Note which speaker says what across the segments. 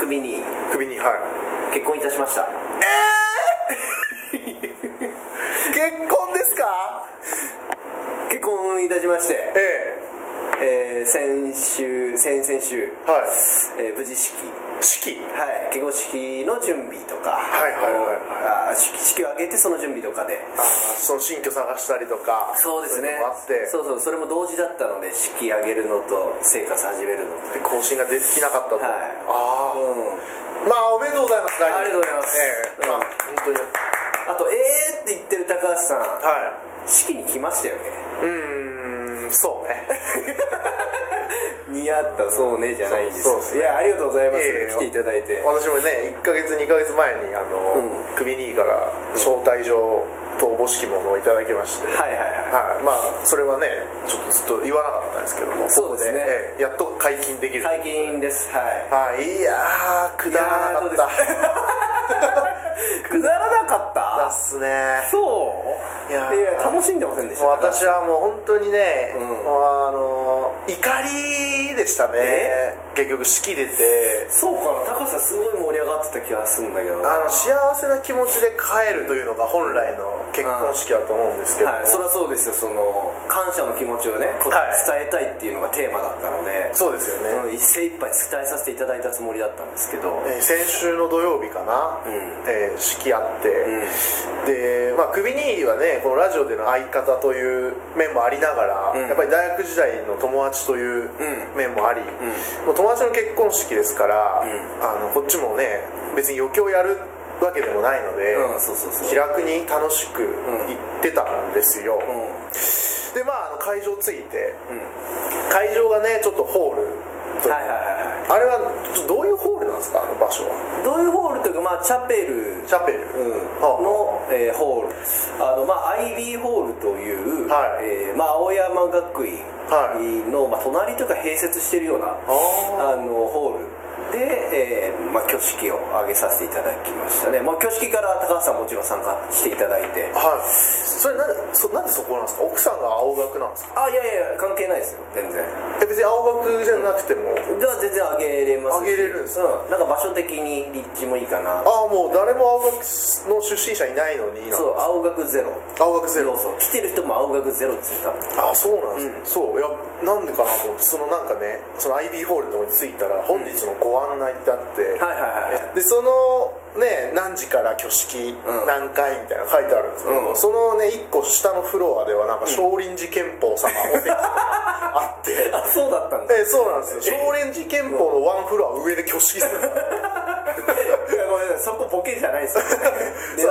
Speaker 1: 首に
Speaker 2: 首にはい
Speaker 1: 結婚いたしました
Speaker 2: ええ結婚ですか
Speaker 1: 結婚いたしまして、
Speaker 2: え
Speaker 1: えー先週先々週、
Speaker 2: えはい
Speaker 1: えー無事式
Speaker 2: 式
Speaker 1: はい結婚式の準備とか
Speaker 2: はいはいはい
Speaker 1: あー式式を挙げてその準備とかで
Speaker 2: あーその新居探したりとか
Speaker 1: そうです
Speaker 2: い
Speaker 1: ね
Speaker 2: のもあって
Speaker 1: そうそうそれも同時だったので式上げるのと生活始めるのと
Speaker 2: で更新ができなかったと、
Speaker 1: はい
Speaker 2: ああ
Speaker 1: うん
Speaker 2: まあおめでとうございます
Speaker 1: ありがとうございます
Speaker 2: ええ
Speaker 1: うん
Speaker 2: まあ本当に
Speaker 1: あとえーって言ってる高橋さん
Speaker 2: は
Speaker 1: 式に来ましたよね
Speaker 2: いうーんそうね
Speaker 1: 似合ったそうねじゃないんです
Speaker 2: そうそうですね
Speaker 1: いやありがとうございます、
Speaker 2: いえいえ
Speaker 1: 来ていただいて
Speaker 2: 私もね1か月2か月前にあの、
Speaker 1: う
Speaker 2: 首にから招待状とおぼしきものをいただきまして
Speaker 1: はいはいはい
Speaker 2: はい、まあそれはねちょっとずっと言わなかったんですけども
Speaker 1: そうですね
Speaker 2: ここええやっと解禁できる
Speaker 1: 最近ですはい
Speaker 2: はいいやーくだらなかった
Speaker 1: くだらなかっ
Speaker 2: だ
Speaker 1: た
Speaker 2: っすね
Speaker 1: そう
Speaker 2: いや
Speaker 1: いや楽しんでませんでした
Speaker 2: もう私はもう本当にね、
Speaker 1: うん
Speaker 2: もうあのー怒りでしたね
Speaker 1: え
Speaker 2: 結局式出て
Speaker 1: そうかな高橋さんすごい盛り上がってた気がするんだけど
Speaker 2: あの幸せな気持ちで帰るというのが本来の結婚式だと思うんですけども、
Speaker 1: はい、そりゃそうですよその感謝の気持ちをね、こう
Speaker 2: はい
Speaker 1: 伝えたいっていうのがテーマだったので
Speaker 2: そうですよね、
Speaker 1: うん精一杯伝えさせていただいたつもりだったんですけど、
Speaker 2: えー先週の土曜日かな、
Speaker 1: うん
Speaker 2: えー式あって、
Speaker 1: う
Speaker 2: で、まあ、クビニーはねこのラジオでの相方という面もありながら、
Speaker 1: うん
Speaker 2: やっぱり大学時代の友達という
Speaker 1: う
Speaker 2: 面もあり、
Speaker 1: ん
Speaker 2: もう友達の結婚式ですから、
Speaker 1: ん
Speaker 2: あのこっちもね別に余興やるわけでもないので、
Speaker 1: うんそうそうそう
Speaker 2: 気楽に楽しく行ってたんですよ、
Speaker 1: うんうん
Speaker 2: でまああの会場着いて会場がねちょっとホールという
Speaker 1: はいはいはいはい
Speaker 2: あれはちょどういうホールなんですかあの場所は
Speaker 1: ドイホールというか、まあ、チャペル
Speaker 2: チャペル、
Speaker 1: うん
Speaker 2: あ
Speaker 1: の、えーホールあの、まあ、IB ホールという、
Speaker 2: は
Speaker 1: え
Speaker 2: い
Speaker 1: ーまあ、青山学院の、まあ、隣とか併設してるようなあ
Speaker 2: あ
Speaker 1: のホールで、えーまあ、挙式を挙げさせていただきましたね、まあ、挙式から高橋さんもちろん参加していただいて
Speaker 2: はいそれなんでそなんでそこなんですか奥さんが青学なんです
Speaker 1: あ
Speaker 2: か
Speaker 1: いやいや関係ないですよ全然
Speaker 2: え別に青学じゃなくても、
Speaker 1: じゃあ全然あげれますし
Speaker 2: あげれるんです
Speaker 1: うん、なんか場所的に立地もいいかな
Speaker 2: ああもう誰も青学の出身者いないのに
Speaker 1: そう青学ゼロ
Speaker 2: 青学ゼロ
Speaker 1: そうそう来てる人も青学ゼロって言った
Speaker 2: あそうなんですね、そういやなんでかなと思ってそのなんかねその IB ホールのとこに着いたら本日のご案内ってあって、
Speaker 1: はいはいはい
Speaker 2: でそのね何時から挙式、
Speaker 1: ん
Speaker 2: 何回みたいなの書いてあるんですけど、
Speaker 1: うん
Speaker 2: そのね1個下のフロアではなんか少林寺拳法様お手伝いあって
Speaker 1: あそうだったんだ
Speaker 2: ええそうなんですよ少林寺拳法のワンフロア上で挙式するんですよ
Speaker 1: いやごめんなさいそこボケじゃないです よ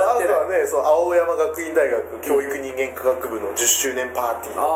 Speaker 2: そうあ
Speaker 1: 狙って
Speaker 2: と
Speaker 1: ない
Speaker 2: はねそう青山学院大学教育人間科学部の10周年パーティーと
Speaker 1: あ
Speaker 2: か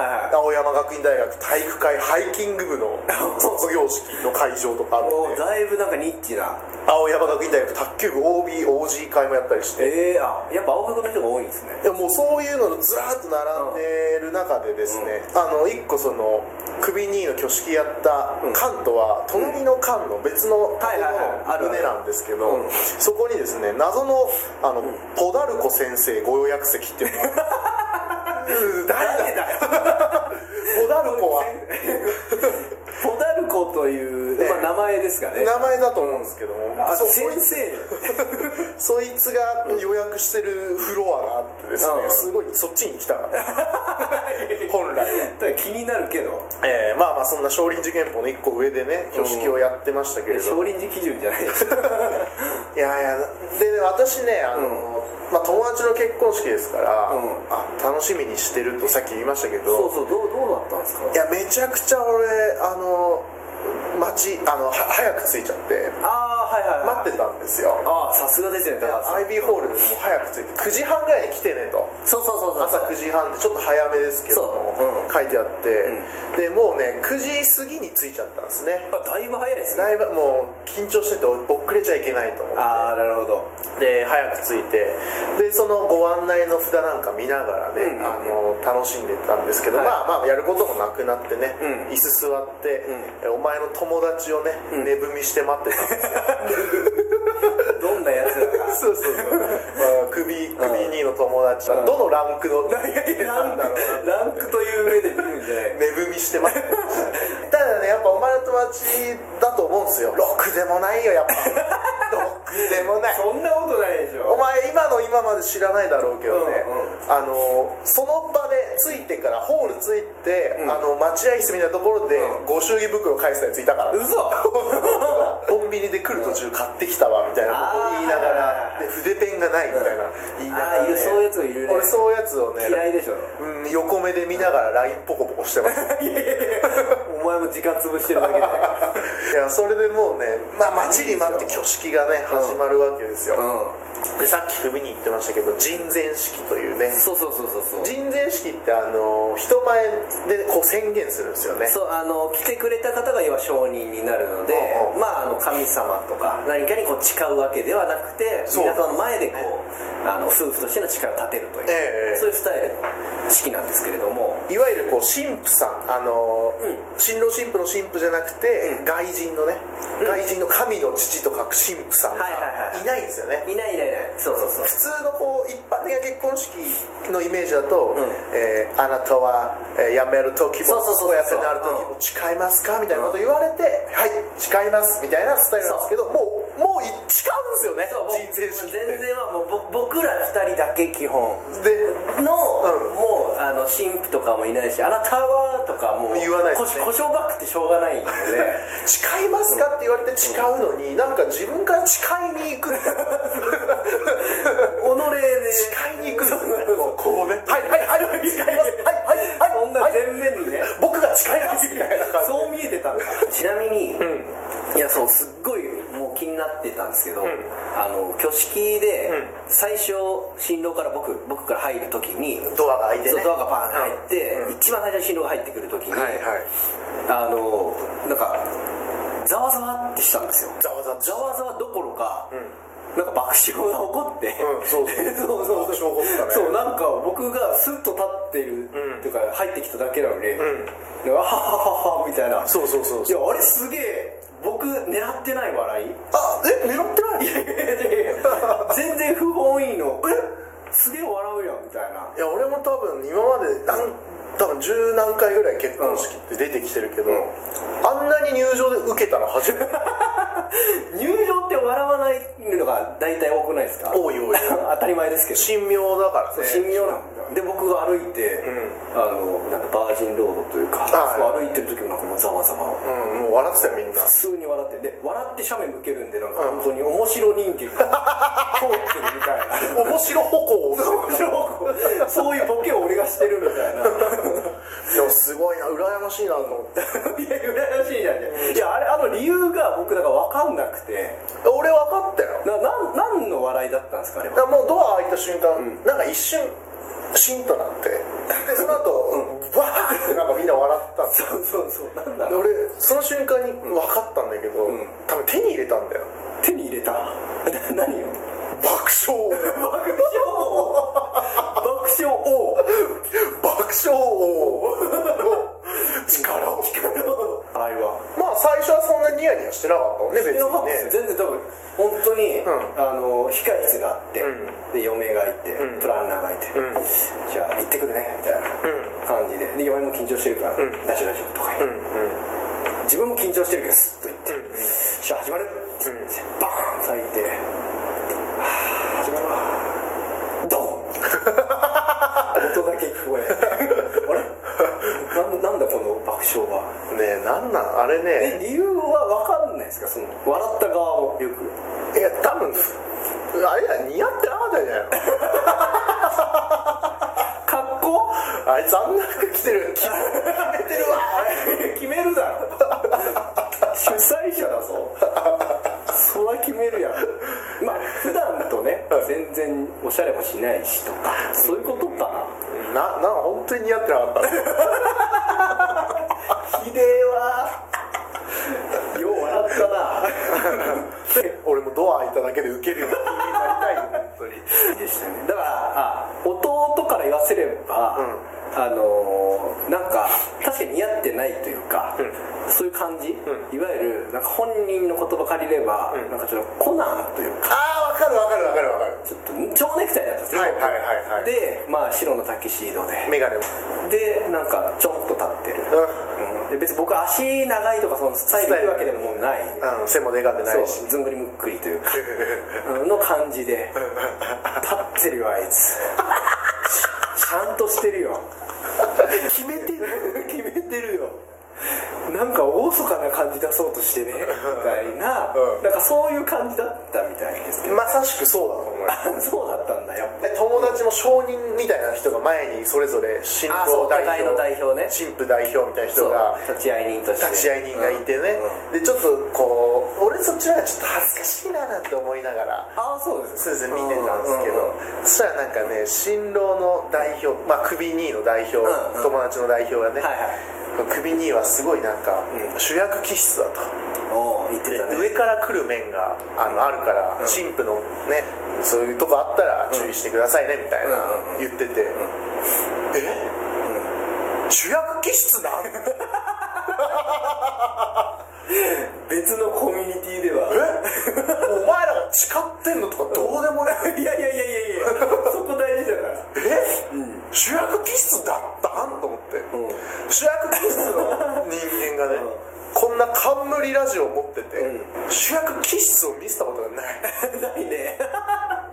Speaker 1: あはいはい
Speaker 2: 青山学院大学体育会ハイキング部の卒業式の会場とかあ
Speaker 1: もう
Speaker 2: って
Speaker 1: だいぶなんかニッチな
Speaker 2: 青山学院大学卓球部 OBOG 会もやったりして
Speaker 1: ええあやっぱ青学の人が多いんですね
Speaker 2: いやもうそういうのずらーっと並んでる中でですね、あの一個その首にの挙式やった
Speaker 1: うん
Speaker 2: 関とは隣の関の別の
Speaker 1: はいはいはいあるある
Speaker 2: 船なんですけど、
Speaker 1: うん
Speaker 2: そこにですね謎のあの、ポダルコ先生ご予約席っていう のがうん誰だ
Speaker 1: だよ
Speaker 2: ポダルコは
Speaker 1: ポダルコという、
Speaker 2: ね
Speaker 1: まあ、名前ですかね
Speaker 2: 名前だと思うんですけども
Speaker 1: あ
Speaker 2: そ
Speaker 1: 先
Speaker 2: そいつ
Speaker 1: 生
Speaker 2: そいつが予約してるフロアがあってですね、
Speaker 1: うん
Speaker 2: すごいそっち に来たから本来は
Speaker 1: だから気になるけど
Speaker 2: えーまあまあそんな少林寺拳法の一個上でね挙式をやってましたけれど、
Speaker 1: 少林寺基準じゃないです
Speaker 2: いやいやでね私ねあの、まあ、友達の結婚式ですから、
Speaker 1: うん
Speaker 2: あ楽しみにしてるとさっき言いましたけ
Speaker 1: そ
Speaker 2: ど
Speaker 1: うそうどうどうだったんですか
Speaker 2: いやめちゃくちゃ俺あの待ちあのは早く着いちゃって
Speaker 1: ああはいはい、はい、
Speaker 2: 待ってたんですよ
Speaker 1: ああさすがですよね
Speaker 2: いや
Speaker 1: 高橋さん
Speaker 2: IB ホールにもう早く着いて9時半ぐらいに来てねと
Speaker 1: そうそうそうそう
Speaker 2: 朝9時半でちょっと早めですけども
Speaker 1: そううん
Speaker 2: 書いてあって、でもうね9時過ぎに着いちゃったんですね
Speaker 1: あだいぶ早いですね
Speaker 2: だいぶもう緊張してて遅れちゃいけないと思って
Speaker 1: ああなるほど
Speaker 2: で早く着いてでそのご案内の札なんか見ながらね、
Speaker 1: うん
Speaker 2: あの楽しんでたんですけど、
Speaker 1: はい
Speaker 2: まあまあやることもなくなってね、
Speaker 1: うん
Speaker 2: 椅子座って、お前の友達をね、
Speaker 1: ん
Speaker 2: 寝踏みして待ってた んですよ
Speaker 1: どんなやつだか
Speaker 2: そうそうそう、まあ、首首2の友達、
Speaker 1: うん
Speaker 2: どのランクの
Speaker 1: なんだろうなランクという上で見るんじゃない
Speaker 2: 寝踏みしてますただねやっぱお前の友達だと思うんですよ6くでもない よやっぱどくでもない
Speaker 1: そんなことないでし
Speaker 2: お
Speaker 1: ょ
Speaker 2: 前今の今まで知らないだろうけどね、
Speaker 1: うんう
Speaker 2: あのその場で着いてからホール着いて、
Speaker 1: うん
Speaker 2: あの待合室みたいなところで、
Speaker 1: う
Speaker 2: ご祝儀袋返すやついたから
Speaker 1: 嘘
Speaker 2: コンビニで来る途中買ってきたわみたいなことを言いなが
Speaker 1: あ
Speaker 2: ら
Speaker 1: ー
Speaker 2: で筆ペンがないみたいな、言いながら、
Speaker 1: あーいるそういうやついるね
Speaker 2: 俺そういうやつをね
Speaker 1: 嫌いでしょ
Speaker 2: うん、横目で見ながら LINE ポコポコして ます
Speaker 1: お前も時間潰してるだけで
Speaker 2: いやそれでもうね、まあ、待ちに待って挙式がね始まるわけですよ、
Speaker 1: う
Speaker 2: でさっき踏みに行ってましたけど人前式というね
Speaker 1: んそうそうそうそうそう
Speaker 2: 人前式ってあの人前でこう宣言するんですよね
Speaker 1: そうあの来てくれた方が要は証人になるので、
Speaker 2: うんうん
Speaker 1: まあ、あの神様とか何かにこう誓うわけではなくて
Speaker 2: そう
Speaker 1: 皆さんの前でこうあの夫婦としての誓いを立てるという、
Speaker 2: ええ
Speaker 1: そういうスタイルの式なんですけれども
Speaker 2: いわゆるこう神父さんあの、
Speaker 1: う
Speaker 2: 新郎新婦の神父じゃなくて、
Speaker 1: うん
Speaker 2: 外人のね、
Speaker 1: うん
Speaker 2: 外人の神の父と書く神父さんが
Speaker 1: はいはいはい
Speaker 2: いないんですよね、
Speaker 1: いないいないいないそうそうそう
Speaker 2: 普通のこう一般的な結婚式のイメージだと、
Speaker 1: うん
Speaker 2: えーあなたは、えー辞める時
Speaker 1: そう
Speaker 2: も
Speaker 1: そうそうそう
Speaker 2: やってなる時も誓いますかみたいなこと言われて、はい誓いますみたいなスタイルなんですけどもうもうい誓うんです
Speaker 1: そ
Speaker 2: よ
Speaker 1: うもう
Speaker 2: ね人生式って
Speaker 1: 全然はもうぼ僕ら2人だけ基本
Speaker 2: で
Speaker 1: の、
Speaker 2: うん
Speaker 1: もうあの神父とかもいないしあなたはとかもう
Speaker 2: 言わないですね
Speaker 1: 故障ばくてしょうが ないんで
Speaker 2: 誓いますかって言われて誓うのに、なんか自分から誓いに行く
Speaker 1: 己で
Speaker 2: 誓いに行くこうこうねはいはいはい誓いますはいはいはい
Speaker 1: そんな全面にね、
Speaker 2: 僕が誓いますみたいな感じ
Speaker 1: そう見えてたんだちなみに、いやそうすっごいもう気になってたんですけど、あの挙式で
Speaker 2: うん
Speaker 1: 最初新郎から僕僕から入る時に
Speaker 2: ドアが開いて
Speaker 1: そう
Speaker 2: ね
Speaker 1: ドアがパーン入って、
Speaker 2: うん
Speaker 1: 一番最初に新郎が入ってくる時に、
Speaker 2: はいはい
Speaker 1: あのなんかざわざわってしたんですよ
Speaker 2: ざわざわ
Speaker 1: ざわざわどころか、
Speaker 2: ん
Speaker 1: なんか爆笑が起こって、
Speaker 2: うんそうそう
Speaker 1: そうそうそう
Speaker 2: 爆笑起こったね
Speaker 1: そうなんか僕がスッと立ってる、
Speaker 2: うん
Speaker 1: っていうか入ってきただけなのに、
Speaker 2: ん
Speaker 1: でわははははみたいな
Speaker 2: そうそうそう
Speaker 1: いやあれすげえ僕狙ってない 笑い
Speaker 2: あえ狙ってないい
Speaker 1: 全然不本意のえすげえ笑うやんみたいな
Speaker 2: や俺も多分今までなん多分十何回ぐらい結婚式って出てきてるけど、
Speaker 1: ん
Speaker 2: あんなに入場で受けたの初めて
Speaker 1: 入場って笑わないのが大体多くないですか
Speaker 2: 多い多い
Speaker 1: 当たり前ですけど
Speaker 2: 神妙だからね
Speaker 1: 神妙なんで僕が歩いて、あのなんかバージンロードというか、
Speaker 2: は
Speaker 1: そう
Speaker 2: い
Speaker 1: 歩いてる時もなんかもうざわざわ
Speaker 2: うんもう笑ってたよみんな
Speaker 1: 普通に笑ってで笑って斜面向けるんでなんか
Speaker 2: うん
Speaker 1: 本当に面白人間が通ってるみたいな
Speaker 2: 面白歩行を
Speaker 1: そういうボケを俺がしてるみたいな
Speaker 2: でもすごいな羨ましいなと思って
Speaker 1: いや羨ましいじゃんねいやあれあの理由が僕だから分かんなくて
Speaker 2: 俺分かったよ
Speaker 1: ななん何の笑いだったんですかあれ
Speaker 2: だ
Speaker 1: は
Speaker 2: からもうドア開いた瞬間、なんか一瞬シンとなってでその 後バーってなんかみんな笑ったんですよ
Speaker 1: そうそうそうなんだ
Speaker 2: で俺その瞬間に分かったんだけど、
Speaker 1: ん
Speaker 2: 多分手に入れたんだよ
Speaker 1: 手に入れた な何を
Speaker 2: 爆笑
Speaker 1: 爆笑 爆笑王
Speaker 2: 爆笑王の力を
Speaker 1: あれは
Speaker 2: まあ最初はそんなニヤニヤしてなかったもんね別
Speaker 1: いやまあ
Speaker 2: にね
Speaker 1: 全然多分本当に、
Speaker 2: ん
Speaker 1: あの控室があって、
Speaker 2: うん
Speaker 1: で嫁がいて、
Speaker 2: うん
Speaker 1: プランナーがいて、
Speaker 2: うん
Speaker 1: じゃあ行ってくるねみたいな感じでで嫁も緊張してるから「
Speaker 2: ん
Speaker 1: 大丈夫大丈夫」とか言って、自分も緊張してるけどスッと行って
Speaker 2: う
Speaker 1: 「
Speaker 2: ん
Speaker 1: じゃあ始まる」って言ってバーン咲いて「はあ始まるわ」ド ン音だけ聞こえてあれ ななんだこの爆笑は
Speaker 2: うんねえなんなんあれね
Speaker 1: え理由は分かんないですかその笑った側もよく
Speaker 2: いや多分あれだ似合ってなかったんじゃないの
Speaker 1: 格好
Speaker 2: あいつあんな服着てる決めてるわ
Speaker 1: 決めるだろ 主催者だぞそら決めるやんまあ普段とね全然おしゃれもしないしとかそういうことか
Speaker 2: なな本当に似合ってな かった
Speaker 1: なひでえわよう笑ったな
Speaker 2: 俺もドア開いただけでウケるようになりたいよ本当に
Speaker 1: でしたねだからあ弟から言わせれば、あのーなんか確かに似合ってないというか、そういう感じ、いわゆるなんか本人の言葉借りれば、なんかちょっとコナンというか
Speaker 2: ああ分かる分かる分かる分か
Speaker 1: ちょっと蝶ネクタイだったんですよ、
Speaker 2: はいはいはいはい
Speaker 1: でまあ白のタキシードで
Speaker 2: るメガネ
Speaker 1: でなんかちょっと立ってる、
Speaker 2: う
Speaker 1: うんで別に僕は足長いとかそのスタイルいいわけでもない
Speaker 2: うん、背もでかくないし
Speaker 1: そうずんぐりむっくりと いうかうんの感じで立ってるよあいつちちゃんとしてるよ決めてる決めてるよなんか厳かな感じ出そうとしてねみたいな、
Speaker 2: うん
Speaker 1: なんかそういう感じだったみたいですけど
Speaker 2: まさしくそうだと思いま す
Speaker 1: そうだったんだやっぱ
Speaker 2: で友達も証人みたいな人が前にそれぞれ新
Speaker 1: あそう
Speaker 2: 郎代
Speaker 1: 互いの
Speaker 2: 表
Speaker 1: 代表ね
Speaker 2: 新婦代表みたいな人
Speaker 1: そう
Speaker 2: が
Speaker 1: 立ち会い人として
Speaker 2: 立ち会い人がいてね、
Speaker 1: うんうん
Speaker 2: でちょっとこう俺そっちの方がちょっと恥ずかしいななんて思いながら
Speaker 1: ああそうです
Speaker 2: そうですね見てたんですけ
Speaker 1: う
Speaker 2: ど
Speaker 1: う
Speaker 2: そしたらなんかね新郎の代表まあ首2位の代表、
Speaker 1: んうん
Speaker 2: 友達の代表がね、
Speaker 1: はいはい
Speaker 2: 首2位はすごいなんか、
Speaker 1: うん
Speaker 2: 主役気質だと
Speaker 1: おお言ってたね
Speaker 2: 上から来る面があのあるから、
Speaker 1: うん
Speaker 2: 神父のねそういうとこあったら注意してくださいねみたいな
Speaker 1: うんうん
Speaker 2: 言ってて、え、主役気質なんえ
Speaker 1: 別のコミュニティでは
Speaker 2: お前らが誓ってんのとかどうでもね
Speaker 1: いやいやいやいやいやそこ大事だから
Speaker 2: え、主役気質だったんと思って、
Speaker 1: ん
Speaker 2: 主役気質の人間がね、こんな冠ラジオを持ってて、
Speaker 1: う
Speaker 2: 主役気質を見せたことが ない
Speaker 1: ないね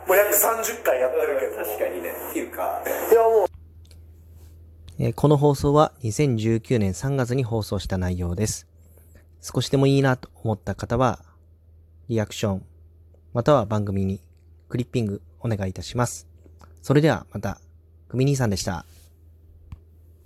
Speaker 2: もう約30回やってるけども
Speaker 1: 確かにねっていうか
Speaker 2: いやもう
Speaker 3: えーこの放送は2019年3月に放送した内容です。少しでもいいなと思った方は、リアクション、または番組にクリッピングお願いいたします。それではまた、グミ兄さんでした。